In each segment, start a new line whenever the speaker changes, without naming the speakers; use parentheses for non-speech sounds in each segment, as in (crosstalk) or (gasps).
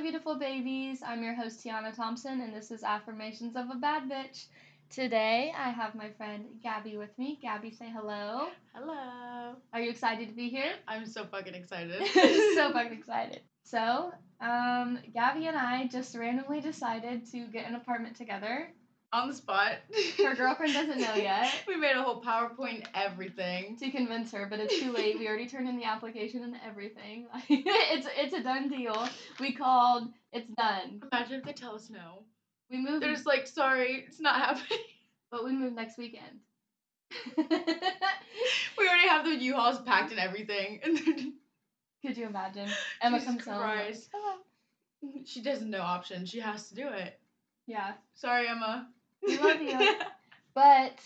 beautiful babies. I'm your host, Tiana Thompson, and this is Affirmations of a Bad Bitch. Today, I have my friend Gabby with me. Gabby, say hello.
Hello.
Are you excited to be here? (laughs)
I'm so fucking excited.
so fucking excited. So, um, Gabby and I just randomly decided to get an apartment together.
(laughs) on the spot.
Her girlfriend doesn't know yet
(laughs)
(laughs)
We made a whole PowerPoint, everything.
to convince her, but it's too late. We already turned in the application and everything. (laughs) it's it's a done deal. We called. It's done.
Imagine if they tell us no.
We moved.
They're just like, sorry, it's not happening. (laughs)
But we move next weekend.
We already have the U-Hauls packed and everything. (laughs) And then
Could you imagine?
(laughs)
Emma
Jesus
comes home. like, "Ah."
Christ.
"Hello."
she does no option. She has to do it. (laughs)
Yeah.
Sorry, Emma.
We love you. But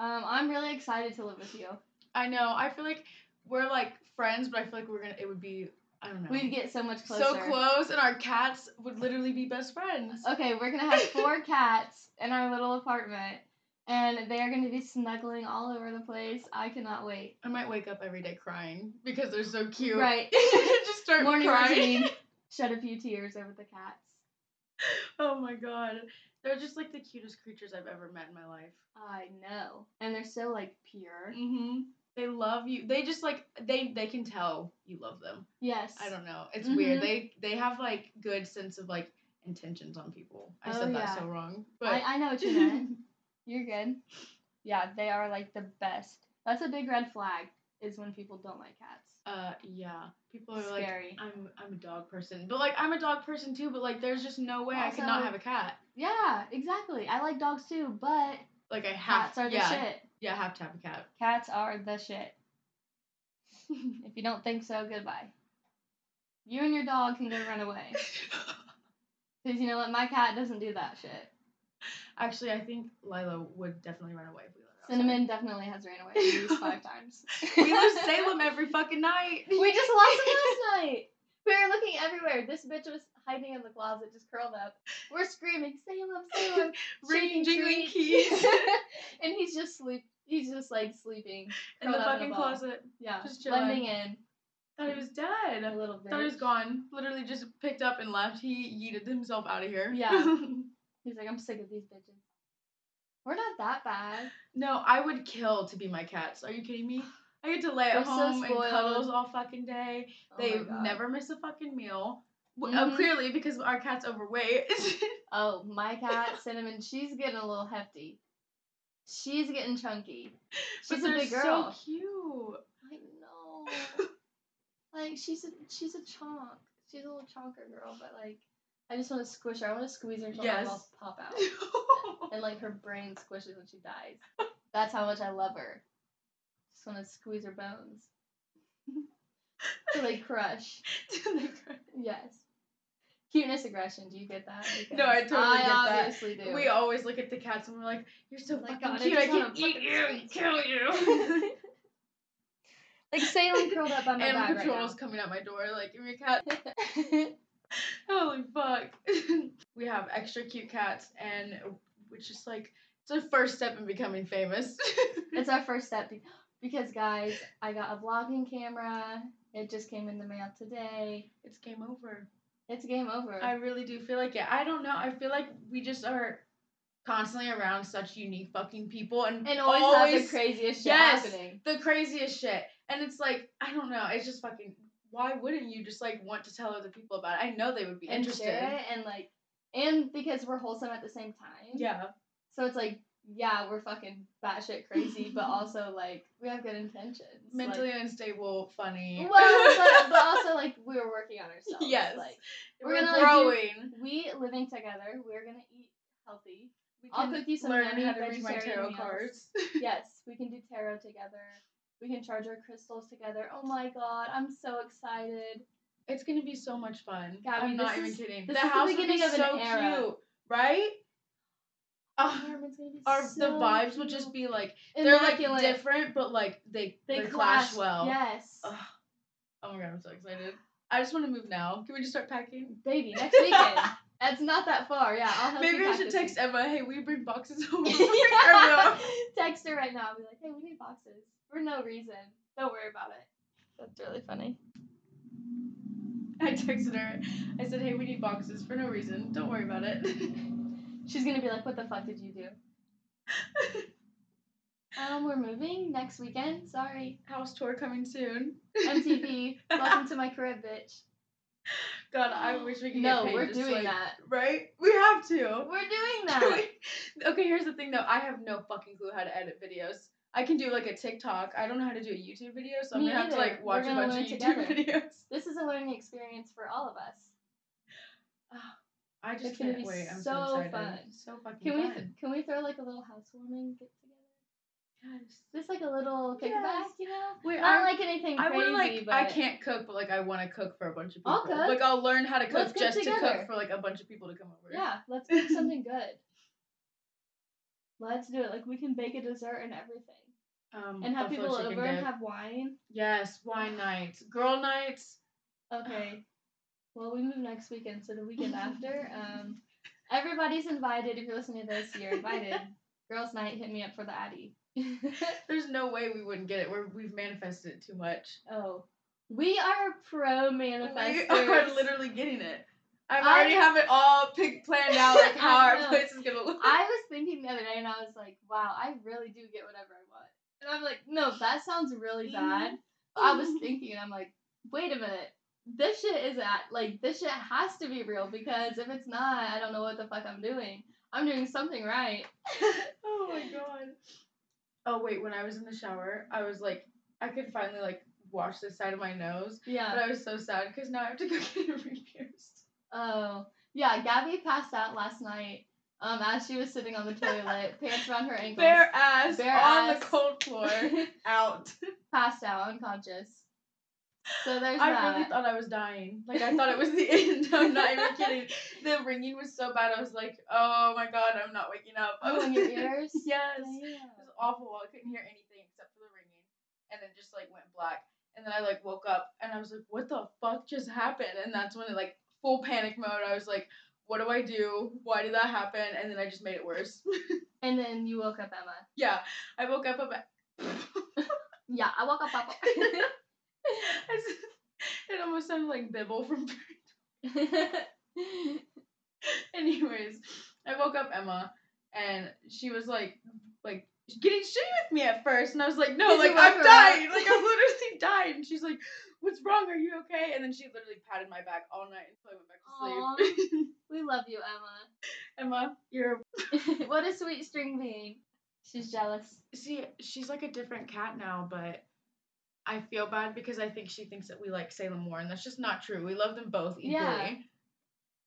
um, I'm really excited to live with you.
I know. I feel like we're like friends, but I feel like we're gonna. It would be. I don't know.
We'd get so much closer.
so close, and our cats would literally be best friends.
Okay, we're gonna have
(laughs)
four cats in our little apartment, and they are gonna be snuggling all over the place. I cannot wait.
I might wake up every day crying because they're so cute.
Right.
(laughs) Just
(laughs)
start
Morning
crying.
routine.
(laughs)
Shed a few tears over the cats.
Oh my god. They're just like the cutest creatures I've ever met in my life.
I know, and they're so like pure.
Mm-hmm. They love you. They just like they they can tell you love them.
Yes.
I don't know. It's
Mhm.
weird. They they have like good sense of like intentions on people. I
Oh,
said that
yeah.
so wrong. But
I, I know what you meant. You're good. Yeah, they are like the best. That's a big red flag is when people don't like cats.
(laughs) uh yeah. People are Oh, like uh,
Scary.
I'm I'm a dog person. But like I'm a dog person too, but like there's just no way I could not
Also-
have a cat.
yeah, exactly. I like dogs too, but
Like I have
cats are the
yeah,
shit.
Yeah, I have to have a cat.
Cats are the shit. (laughs) If you don't think so, goodbye. You and your dog can go run
(laughs)
away. Because you know what? My cat doesn't do that shit.
Actually I think Lila would definitely run away if we let her outside.
Cinnamon definitely has ran away at least
(laughs)
five times.
we lose Salem every fucking night.
We just lost
(laughs)
him last night. We were looking everywhere. This bitch was hiding in the closet, just curled up. We're screaming, Salem,
(laughs)
Salem, shaking
Ringing,
trees.
jingling
(laughs)
keys
and he's just sleep. He's just like sleeping.
in the
curled up
fucking
a ball.
closet.
Yeah,
just chilling.
blending in.
Thought he was dead.
A little bit.
Thought he was gone. Literally just picked up and left. He yeeted himself out of here.
Yeah. He's like, I'm sick of these bitches. We're not that bad.
(laughs) no, I would kill to be my cats. Are you kidding me? I get to lay at
We're so
home and
spoiled.
cuddles all fucking day.
Oh my
they
God.
never miss a fucking meal. W Oh,
Mhm.
clearly because our cat's overweight. (laughs)
Oh, my cat, Cinnamon, she's getting a little hefty. She's getting chunky.
but
She's a
they're
big girl.
so
(laughs)
cute.
I know.
(laughs)
like she's a she's a chonk. She's a little chonker girl, but like I just want to squish her. I want to squeeze her until her
Yes.
mouth pop out, and like her brain squishes and she dies. That's how much I love her. Just want to squeeze her bones till they crush. Yes. Cuteness aggression. Do you get that?
No, I totally
I
get that.
obviously do.
(laughs) we always look at the cats and we're like, "You're so
Like,
fucking
God, I
cute. I,
just
can
wanna
eat
fucking
you and
squeeze (laughs)
kill you."
(laughs) like Salem curled up on my
Animal
back
control is
right
coming at my door, like, give me a cat. (laughs)
(laughs) now.
Holy fuck. (laughs) we have extra cute cats, and which is like, it's the first step in becoming famous. (laughs)
It's our first step be- because, guys, I got a vlogging camera. It just came in the mail today.
it's game over.
It's game over.
I really do feel like it. I don't know. I feel like we just are constantly around such unique fucking people and,
and always, have the craziest shit
Yes.
happening.
the craziest shit. And it's like, I don't know. It's just fucking, why wouldn't you just like want to tell other people about it? I know they would be
And
interested.
share it and like, and because we're wholesome at the same time.
Yeah.
So it's like, yeah, we're fucking batshit crazy,
(laughs)
but also like we have good intentions. Like-
Mentally unstable, funny. (laughs)
well, but, but also like we're working on ourselves.
Yes.
Like
we're,
We're gonna, like, do-
growing.
we living together, we're gonna eat healthy.
we
I'll
can
cook you some
learn
yummy
how to read my
vegetarian
tarot
meals.
cards. (laughs)
yes, we can do tarot together. We can charge our crystals together. Oh my god, I'm so excited.
It's gonna be so much fun.
Gabby,
I'm not
this
even
is-
kidding.
this
the
is the
house would be
beginning of an
so
era.
cute, right? Oh,
Apartment's gonna be
(sighs) our the
so
vibes would just
cute.
be like they're like
Immaculate.
different, but like they
They,
clash well.
Yes.
Ugh. Oh my god, I'm so excited. I just want to move now. Can we just start packing?
Baby, next
(laughs)
weekend. That's not that far. Yeah, I'll help
Maybe
you
I
pack
should
this
text
weekend.
Emma. Hey, we bring boxes
(laughs)
(laughs) home.
Yeah. (laughs) text her right now. I'll be like, hey, we need boxes for no reason. Don't worry about it. That's really funny.
I texted her. I said, hey, we need boxes for no reason. Don't worry about it. (laughs)
She's gonna be like, "What the fuck did you do?" um, we're moving next weekend. Sorry,
House tour coming soon. (laughs)
MTV. welcome to my crib, bitch.
God, I wish we could
No,
get paid
we're
just,
doing
like-
that.
Right? We have to. (laughs)
We're doing that.
okay, here's the thing though. I have no fucking clue how to edit videos. I can do like a TikTok. I don't know how to do a YouTube video, so I'm
Me
gonna have to
neither.
like
We're
watch a
gonna
bunch
learn
of YouTube
together.
(laughs) videos.
this is a learning experience for all of us.
I just
It's gonna
can't
be
wait. I'm
so
so excited.
fun.
So fucking
Can we
fun.
can we throw like a little housewarming get together?
Yes.
Just like a little kickback,
Yes.
you know?
Wait,
Not
I,
like anything
I
crazy,
wanna like
but
I can't cook, but like I wanna cook for a bunch of people.
I'll cook.
Like I'll learn how to cook
Let's get
just to
together.
cook for like a bunch of people to come over.
Yeah, let's
(laughs)
make something good. Let's do it. Like we can bake a dessert and everything,
Um,
and have
buffalo
people
chicken
over and
dip.
have wine.
Yes, wine nights, girl nights.
Okay. Well, we move next weekend, so the weekend after. Um, everybody's invited. If you're listening to this, you're
(laughs)
invited. Girls' night. Hit me up for the Addy.
There's no way we wouldn't get it. We're, we've manifested it too much.
oh, we are pro manifestors.
(laughs) We are literally getting it. I
I-
already have it all picked, (laughs) planned out, like how
I
our
know.
place is gonna look.
I was thinking the other day, and I was like, "Wow, I really do get whatever I want." And I'm like, "No, that sounds really
Mm-hmm.
bad." I was thinking, and I'm like, wait a minute. This shit is at like this shit has to be real because if it's not, I don't know what the fuck I'm doing. I'm doing something right.
(laughs) oh my god. Oh wait, when I was in the shower, I was like, I could finally like wash this side of my nose, but
Yeah.
I was so sad because now I have to go (laughs) get it repierced.
Oh. Yeah, Gabby passed out last night um as she was sitting on the
(laughs)
toilet, pants around her ankles.
Bare ass
Bare
on
ass.
the
(laughs)
cold floor, out.
passed out, unconscious. So there's
I
that. (laughs)
really thought I was dying. Like I thought it was (laughs) the end. I'm not (laughs) even kidding. The ringing was so bad. I was like, oh my god, I'm not waking up.
oh, in
(laughs)
your ears?
yes. It
Damn.
was awful. I couldn't hear anything except for the ringing, and then just like went black. And then I like woke up and I was like, "What the fuck just happened?" And that's when it like full panic mode. I was like, "What do I do? Why did that happen?" And then I just made it worse. (laughs)
And then you woke up, Emma.
yeah, (laughs) I woke up. About-
Yeah, I woke up,
(laughs)
Papa. (laughs)
it almost sounded like Bibble from. (laughs) Anyways, I woke up Emma, and she was like, like getting shitty with me at first, and I was like, no,
Did
like
you wake
I'm
her
dying,
up?
like
(laughs)
I'm literally dying. And she's like, what's wrong? Are you okay? And then she literally patted my back all night until I went back to sleep.
we love you, Emma.
Emma, you're
(laughs) what a sweet string bean. She's jealous.
see, she's like a different cat now, but. I feel bad because I think she thinks that we like Salem more, and that's just not true. We love them both equally.
Yeah.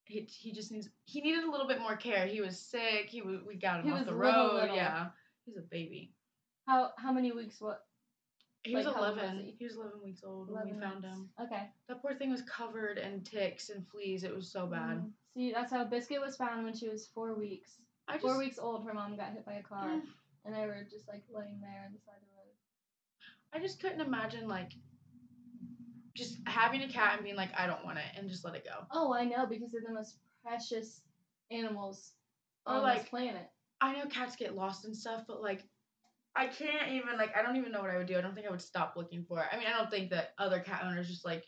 He, he just needs he needed a little bit more care. He was sick. He was, we got him
He
off
was
the
little,
road.
little.
Yeah, he's a baby.
How how many weeks? What?
He was
Like, how old was
11.
he?
he? was 11 weeks old when
11
we found
weeks.
him.
Okay.
That poor thing was covered in ticks and fleas. It was so bad.
Mm. See, that's how Biscuit was found when she was four weeks.
I just eh,
Four weeks old, her mom got hit by a car, and they were just like laying there on the side of the road.
I just couldn't imagine like just having a cat and being like I don't want it and just let it go.
Oh, I know because they're the most precious animals
Or,
on
like,
this planet.
I know cats get lost and stuff, but like I can't even like I don't even know what I would do. I don't think I would stop looking for it. I mean, I don't think that other cat owners just like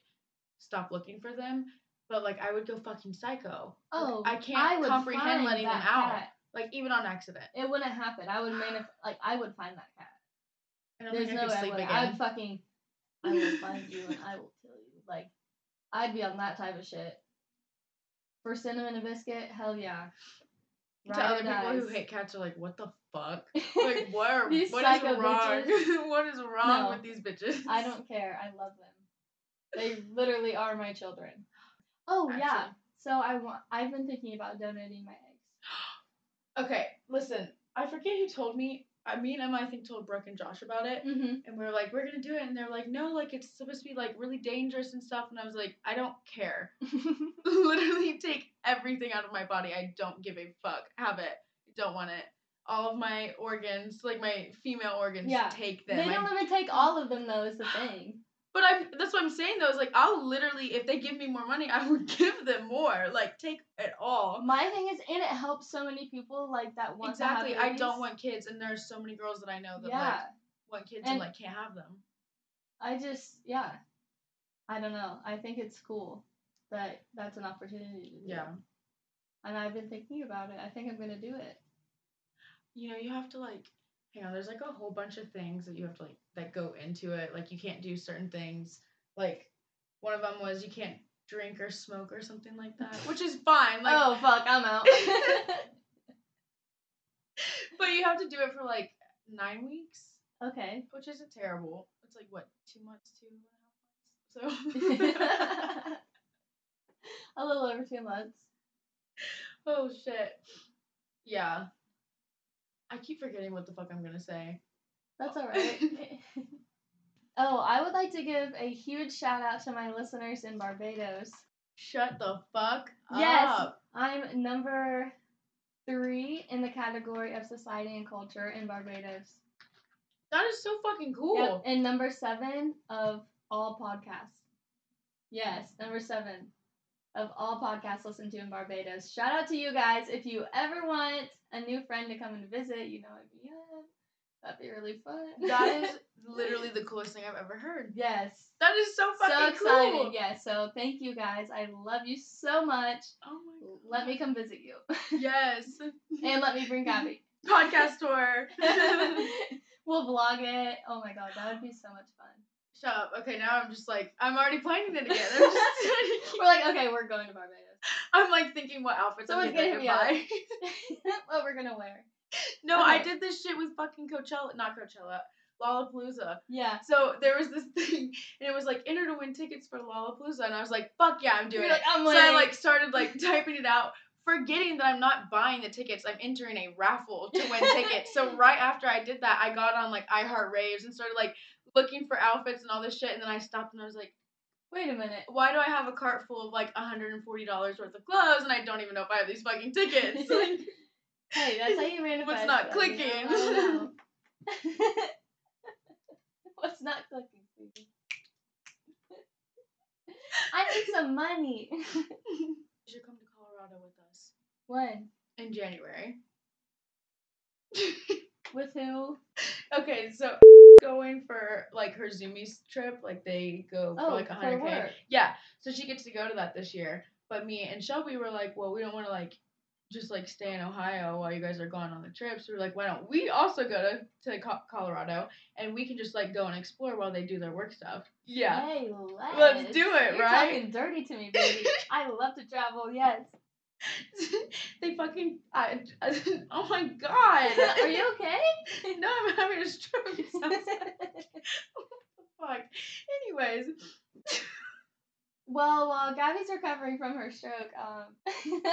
stop looking for them, but like I would go fucking psycho. Like,
Oh,
I can't comprehend
find
letting them
that
out.
cat.
Like even on accident.
It wouldn't happen. I would manif- like I would find that cat.
I don't
There's
think
no
I
way
could
I
sleep
would.
again.
I would fucking. I will find you and I will kill you. Like, I'd be on that type of shit. For cinnamon and biscuit, hell yeah. Ride
to other
or
people who
dies.
hate cats are like, what the fuck?
(laughs)
Like what? Are, what
These
is
psycho
wrong?
bitches.
(laughs) what is wrong
No.
with these bitches?
I don't care. I love them. They literally are my children. Oh yeah.
Actually.
So I want. I've been thinking about donating my eggs.
(laughs) Okay, listen. I forget who told me. I mean, Emma, I think told Brooke and Josh about
(laughs)
it,
Mm-hmm.
and we were like, we're gonna do it, and they're like, no, like it's supposed to be like really dangerous and stuff, and I was like, I don't care. (laughs) Literally, take everything out of my body. I don't give a fuck. Have it. Don't want it. All of my organs, like my female organs,
Yeah.
take them.
They
I
don't even take all of them though. Is the thing.
But I'm that's what I'm saying though, is like I'll literally if they give me more money, I would (laughs) give them more. Like take it all.
My thing is, and it helps so many people like that want to have
exactly. I
babies.
don't want kids and there's so many girls that I know that
Yeah.
like want kids
And-
and like can't have them.
I just yeah. I don't know. I think it's cool. that that's an opportunity to do
Yeah.
it. And I've been thinking about it. I think I'm gonna do it.
You know, you have to like hang on, there's like a whole bunch of things that you have to like that go into it. Like you can't do certain things. Like one of them was you can't drink or smoke or something like that. Which is fine. Like
oh fuck, I'm
(laughs)
out. (laughs)
but you have to do it for like nine weeks.
okay.
which isn't terrible. It's like what two months, two and
(laughs)
a half months. So (laughs)
a little over two months.
oh shit, yeah. I keep forgetting what the fuck I'm gonna say.
That's all right. oh, I would like to give a huge shout out to my listeners in Barbados.
Shut the fuck
Yes.
up.
I'm number three in the category of society and culture in Barbados.
That is so fucking cool.
Yep, and number seven of all podcasts. Yes, number seven of all podcasts listened to in Barbados. Shout out to you guys. If you ever want a new friend to come and visit, you know I'd be up. That'd be really
(laughs)
fun.
That is literally the coolest thing I've ever heard.
yes.
That is so fucking
So excited.
cool.
Yes. So thank you guys. I love you so much.
Oh my god.
Let me come visit
(laughs)
you.
Yes.
and let me bring
(laughs)
Gabby. (laughs)
Podcast tour. (laughs)
we'll vlog it. Oh my god, that would be so much fun.
Shut up. Okay, now I'm just like I'm already planning it again. I'm
(laughs)
just (laughs)
We're like, okay, we're going to Barbados. (laughs)
I'm like thinking what outfits
Someone's
I'm gonna,
gonna hit me
buy.
up. what we're gonna wear.
No, I
Okay.
did this shit with fucking Coachella, not Coachella, Lollapalooza.
Yeah.
So there was this (laughs) thing, and it was like enter to win tickets for Lollapalooza, and I was like, fuck yeah, I'm doing
You're
it.
like, I'm
so
winning.
I like started like (laughs) typing it out, forgetting that I'm not buying the tickets. I'm entering a raffle to
(laughs)
win tickets. So right after I did that, I got on like iHeart Raves and started like looking for outfits and all this shit, and then I stopped and I was like,
wait a
(laughs)
minute.
why do I have a cart full of like $140 worth of clothes, and I don't even know if I have these
(laughs)
fucking tickets? Like,
Hey, that's how you manifest.
not
though, you know? I don't
(laughs)
know. (laughs) What's not clicking? Phoebe? I
(laughs)
need some money.
you should come to Colorado with us.
When?
in January.
With who?
Okay, so going for like her Zoomies trip, like they go for
Oh,
like
for
100k.
work.
Yeah, so she gets to go to that this year. But me and Shelby were like, well, we don't want to like just like stay in Ohio while you guys are gone on the trip. So we're like, why don't we also go to, to Co- Colorado and we can just like go and explore while they do their work stuff. Yeah.
Hey, let's.
Let's do it,
You're
right?
talking dirty to me, baby.
(laughs)
I love to travel. Yes.
(laughs) they fucking I, (laughs) oh my god.
(laughs) Are you
(laughs)
okay?
No, I'm having a stroke. It sounds like fuck. Anyways,
Well, while Gabby's recovering from her stroke, um,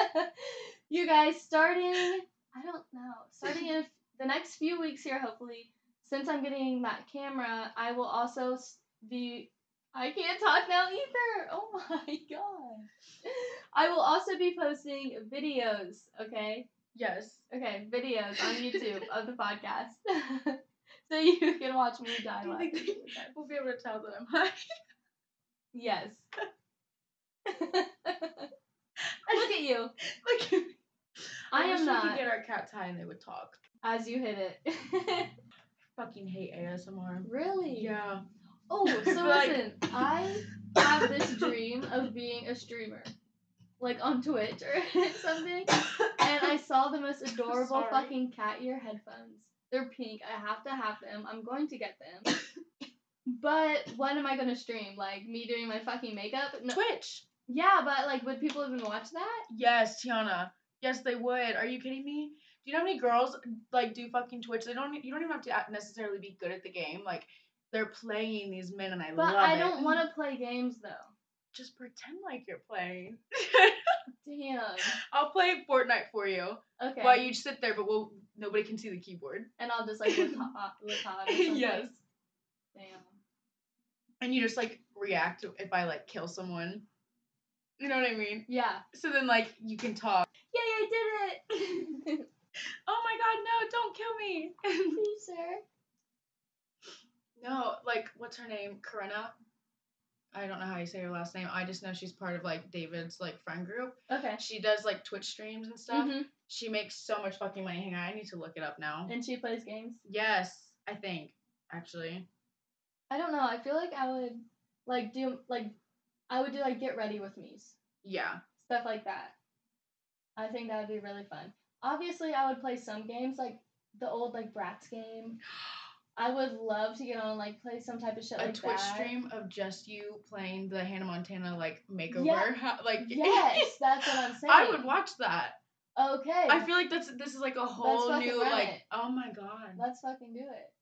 (laughs) you guys starting, I don't know, starting in the next few weeks here, hopefully, since I'm getting that camera, I will also s- be, I can't talk now either. Oh (laughs) my God. I will also be posting videos, okay?
yes.
Okay, videos
(laughs)
on YouTube of the podcast. (laughs) so you can watch me die
Do you
laughing.
think We'll be able to tell that I'm high.
Yes. (laughs) Look at you.
(laughs) like,
I
wish
am
we
not.
could get our cats high and they would talk.
As you hit it. (laughs)
Fucking hate ASMR.
really?
Yeah. (laughs)
Oh, so
Like-
listen, I have this dream of being a streamer, like on Twitch or (laughs) something, and I saw the most adorable
Sorry.
fucking cat ear headphones. They're pink. I have to have them. I'm going to get them. But when am I gonna stream? Like me doing my fucking makeup? No.
Twitch.
Yeah, but like, would people even watch that?
Yes, Tiana. Yes, they would. Are you kidding me? Do you know how many girls like do fucking Twitch? They don't. You don't even have to necessarily be good at the game. Like they're playing these men, and I
But
love
I
it.
don't want to play games though.
Just pretend like you're playing.
Damn.
I'll play Fortnite for you.
Okay.
Well, you sit there, but we'll, nobody can see the keyboard.
and I'll just
(laughs)
like look hot. Look hot or something.
Yes.
Damn.
And you just like react if I like kill someone. You know what I mean?
Yeah.
So then like you can talk.
Yay! I did it. (laughs)
Oh my god, no, don't kill me.
Please, sir.
no, like what's her name? Corinna. I don't know how you say her last name. I just know she's part of like David's like friend group.
Okay.
She does like Twitch streams and stuff.
Mhm.
She makes so much fucking money. Hang on, I need to look it up now.
And she plays games.
Yes, I think actually.
I don't know. I feel like I would like do like I would do like get ready with me's
Yeah.
stuff like that. I think that would be really fun. Obviously, I would play some games like the old like Bratz
(gasps)
game. I would love to get on and like play some type of shit
a
like
Twitch
that.
stream of just you playing the Hannah Montana like makeover.
Yeah.
How- like (laughs)
Yes, that's what I'm saying.
I would watch that.
Okay,
I feel like that's this is like a whole
fucking
new
run
like
it.
oh my god.
let's fucking do it.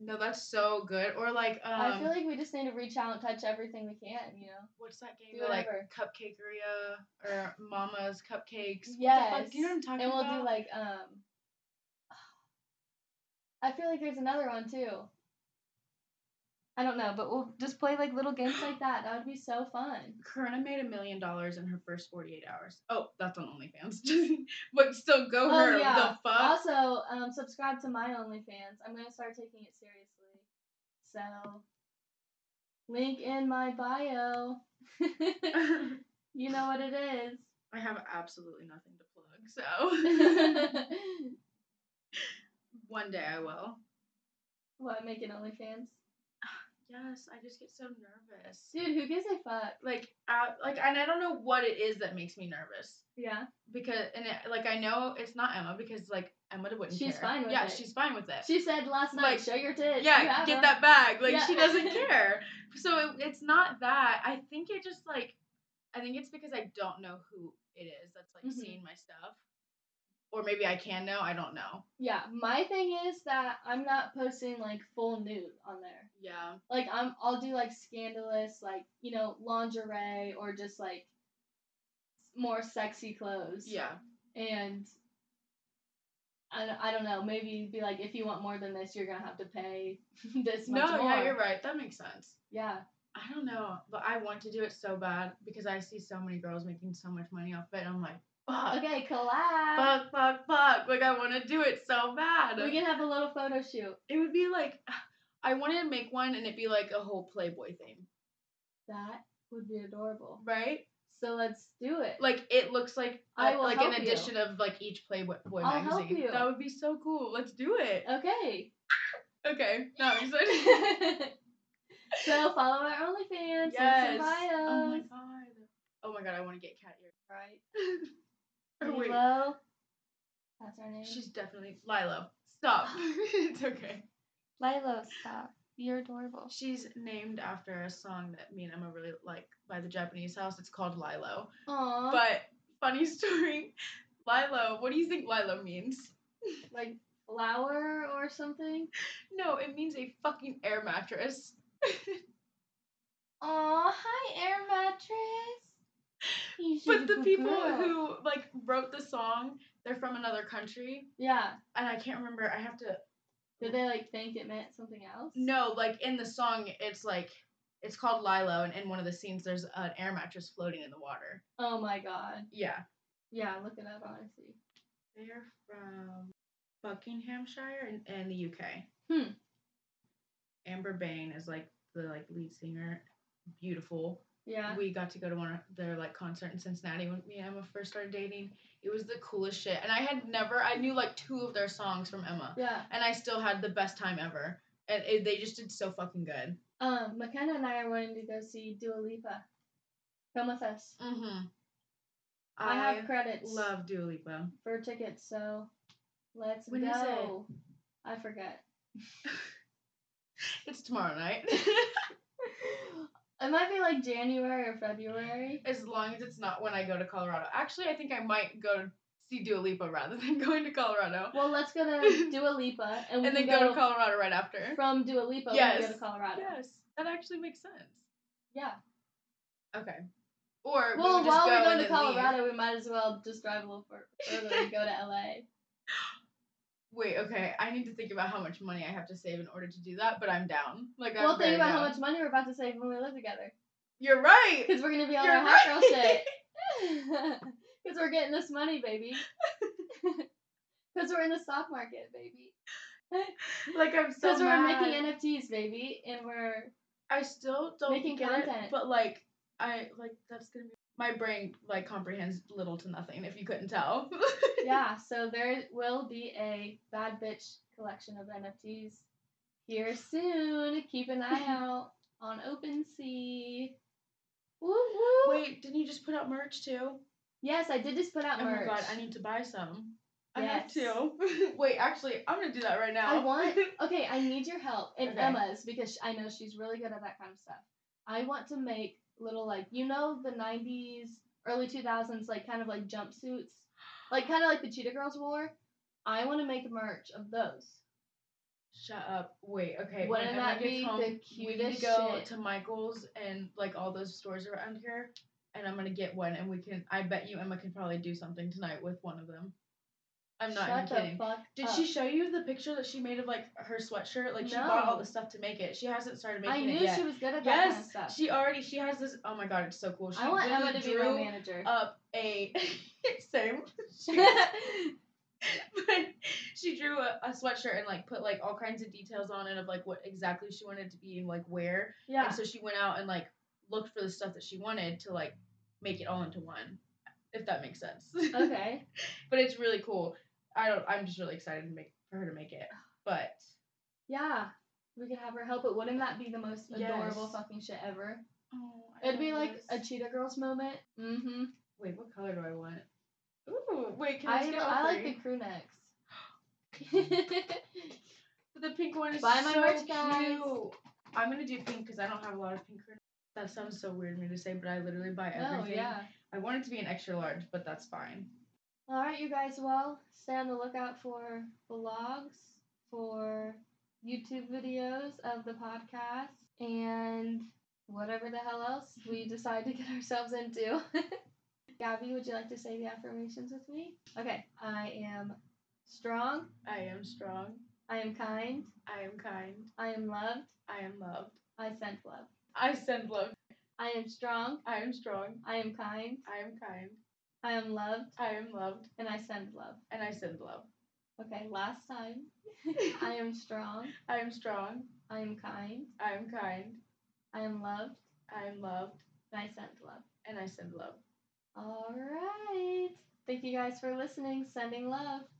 no, that's so good. Or like um
I feel like we just need to reach out and touch everything we can, you know.
what's that game?
do
that, Like
whatever.
Cupcakeria or Mama's Cupcakes.
Yes.
What the fuck? Do you know what I'm talking
and we'll
about?
do like um. I feel like there's another one too. I don't know, but we'll just play like little games like that. That would be so fun.
Corona made a million dollars in her first 48 hours. Oh, that's on OnlyFans. (laughs) but still, go
Oh,
her.
yeah.
The fuck?
Also, um, subscribe to my OnlyFans. I'm gonna start taking it seriously. So, link in my bio.
(laughs)
you know what it is.
I have absolutely nothing
(laughs)
to plug, so. One day I will.
what making OnlyFans?
Yes, I just get so nervous.
Dude, who gives a fuck?
Like, uh, like, and I don't know what it is that makes me nervous
Yeah.
because, and it, like, I know it's not Emma because, like, Emma wouldn't
She's
care.
fine with
yeah,
it.
she's fine with it.
She said last night,
Like,
show your tits. You
yeah,
have
get
'em."
that bag. Like
Yeah.
she doesn't care. So it, it's not that. I think it just like, I think it's because I don't know who it is that's like
Mhm.
seeing my stuff, or maybe I can know. I don't know.
Yeah, my thing is that I'm not posting like full nude on there.
Yeah.
like I'm I'll do like scandalous like you know lingerie or just like more sexy clothes.
Yeah.
And I, don't- I don't know, maybe be like if you want more than this you're going to have to pay (laughs) this
No,
much more.
yeah, you're right. That makes sense.
Yeah.
I don't know, but I want to do it so bad because I see so many girls making so much money off it. And I'm like, fuck,
Okay, collab.
fuck, fuck, fuck. Like I want to do it so bad.
We can have a little photo shoot.
it would be like, (sighs) I wanted to make one and it'd be like a whole Playboy thing,
That would be adorable.
right?
So let's do it.
like it looks like
I
uh,
will
like
help
an
you.
edition of like each Playboy boy
I'll help
magazine.
you.
That would be so cool. Let's do it. (laughs)
Okay.
Okay, now
(laughs)
I'm excited.
so follow our OnlyFans.
yes.
Yes.
Oh (laughs) my god. Oh my god, I want to get cat ears.
Right.
Oh, wait,
Lilo. That's our name.
she's definitely Lilo. Stop. (laughs) it's okay.
Lilo, stop. You're adorable.
She's named after a song that me and Emma really like by the Japanese house. It's called Lilo.
Aww.
But funny (laughs) story, Lilo. What do you think Lilo means?
like flower or something.
No, it means a fucking air mattress.
Aw, hi, air mattress. You should
But the
be
people
girl.
who like wrote the song, they're from another country,
Yeah.
and I can't remember. I have to
Did they like think it meant something else?
no, like in the song, it's like it's called Lilo, and in one of the scenes, there's an air mattress floating in the water.
Oh my god.
Yeah,
Yeah, look it up, honestly.
they're from Buckinghamshire and, and the UK.
Hmm.
Amber Bain is like the like lead singer. Beautiful.
Yeah.
we got to go to one of their like concert in Cincinnati when me and Emma first started dating. It was the coolest shit. And I had never I knew like two of their songs from Emma.
Yeah.
And I still had the best time ever. And it, they just did so fucking good.
Um, McKenna and I are wanting to go see Dua Lipa. Come with us.
Mm-hmm.
I,
I,
have credits
love Dua Lipa.
for tickets, so let's
When is
go. I forget.
It's tomorrow night. (laughs)
it might be like January or February.
as long as it's not when I go to Colorado. Actually, I think I might go to see Dua Lipa rather (laughs) than going to Colorado.
Well, let's go
(laughs)
to Dua Lipa and, we
And then
can
go to Colorado right after.
from Dua Lipa. We
Yes.
can go to Colorado.
Yes. That actually makes sense.
Yeah.
Okay. Or we
Well,
would just
while
go
we're
and
going to
then leave.
Colorado, we might as well just drive a little fur- further and go to
(laughs)
LA.
Wait, okay. I need to think about how much money I have to save in order to do that, but I'm down. Like, I'm
well, think
very
about how
down.
much money we're about to save when we live together.
You're right. (laughs)
Because we're going to be on
You're
our hot girl
right.
shit.
(laughs)
(laughs) Because we're getting this money, baby. Because we're in the stock market, baby.
Like, I'm so (laughs)
Because we're
mad.
making NFTs, baby. And we're.
I still don't
making
get
content.
it, but like, I like that's gonna be my brain like comprehends little to nothing. If you couldn't tell. (laughs)
Yeah, so there will be a bad bitch collection of NFTs
(laughs)
here soon. Keep an eye out on OpenSea. Woo woo.
Wait, didn't you just put out merch too?
Yes, I did just put out
Oh
merch.
my god, I need to buy some. I have
Yes.
to. (laughs) Wait, actually, I'm gonna do that right now.
I
(laughs)
want. Okay, I need your help and
Okay.
Emma's because I know she's really good at that kind of stuff. I want to make little like you know the '90s, early 2000s like kind of like jumpsuits, like kind of like the Cheetah Girls wore. I want to make merch of those.
Shut up. Wait, okay.
Wouldn't
when
that
Emma gets
be
home,
the
we need to
cutest
go
shit?
to Michael's and like all those stores around here, and I'm gonna get one, and we can. I bet you Emma can probably do something tonight with one of them. I'm not
Shut
even kidding.
the fuck
Did
up.
she show you the picture that she made of like her sweatshirt? Like she bought all the stuff to make it. She hasn't started making
I knew
it yet.
she was good at that kind of
yes,
stuff.
she already she has this. Oh my god, it's so cool. She
I want
literally
Emma to be
drew
my manager. (laughs)
up a (laughs) same. but she drew a, a sweatshirt and like put like all kinds of details on it of like what exactly she wanted to be and like where.
yeah.
(laughs) And so she went out and like looked for the stuff that she wanted to like make it all into one, if that makes sense. (laughs)
Okay.
but it's really cool. I don't. I'm just really excited to make for her to make it. But
Yeah. We could have her help, but wouldn't that be the most adorable
Yes.
fucking shit ever?
oh,
It'd be like a Cheetah Girls moment. Mm-hmm.
wait. What color do I want? Ooh, wait. Can I,
I,
get
I
all
like
three?
the crew (laughs) necks.
the pink one is
Buy my
so
merch, guys.
cute. I'm gonna do pink because I don't have a lot of pink. right now. That sounds so weird for me to say, but I literally buy
no,
everything.
Oh, yeah.
I want it to be an extra large, but that's fine.
All right, you guys. Well, stay on the lookout for vlogs, for YouTube videos of the podcast, and whatever the hell else we decide to get (laughs) ourselves into. Gabby, would you like to say the affirmations with me? Okay. I am strong.
I am strong.
I am kind.
I am kind.
I am loved.
I am loved.
I sent love.
I send love.
I am strong.
I am strong.
I am kind.
I am kind.
I am loved.
I am loved.
And I send love.
And I send love.
Okay, last time. I am strong.
I am strong.
I am kind.
I am kind.
I am loved.
I am loved.
And I send love.
And I send love.
All right. Thank you guys for listening. Sending love.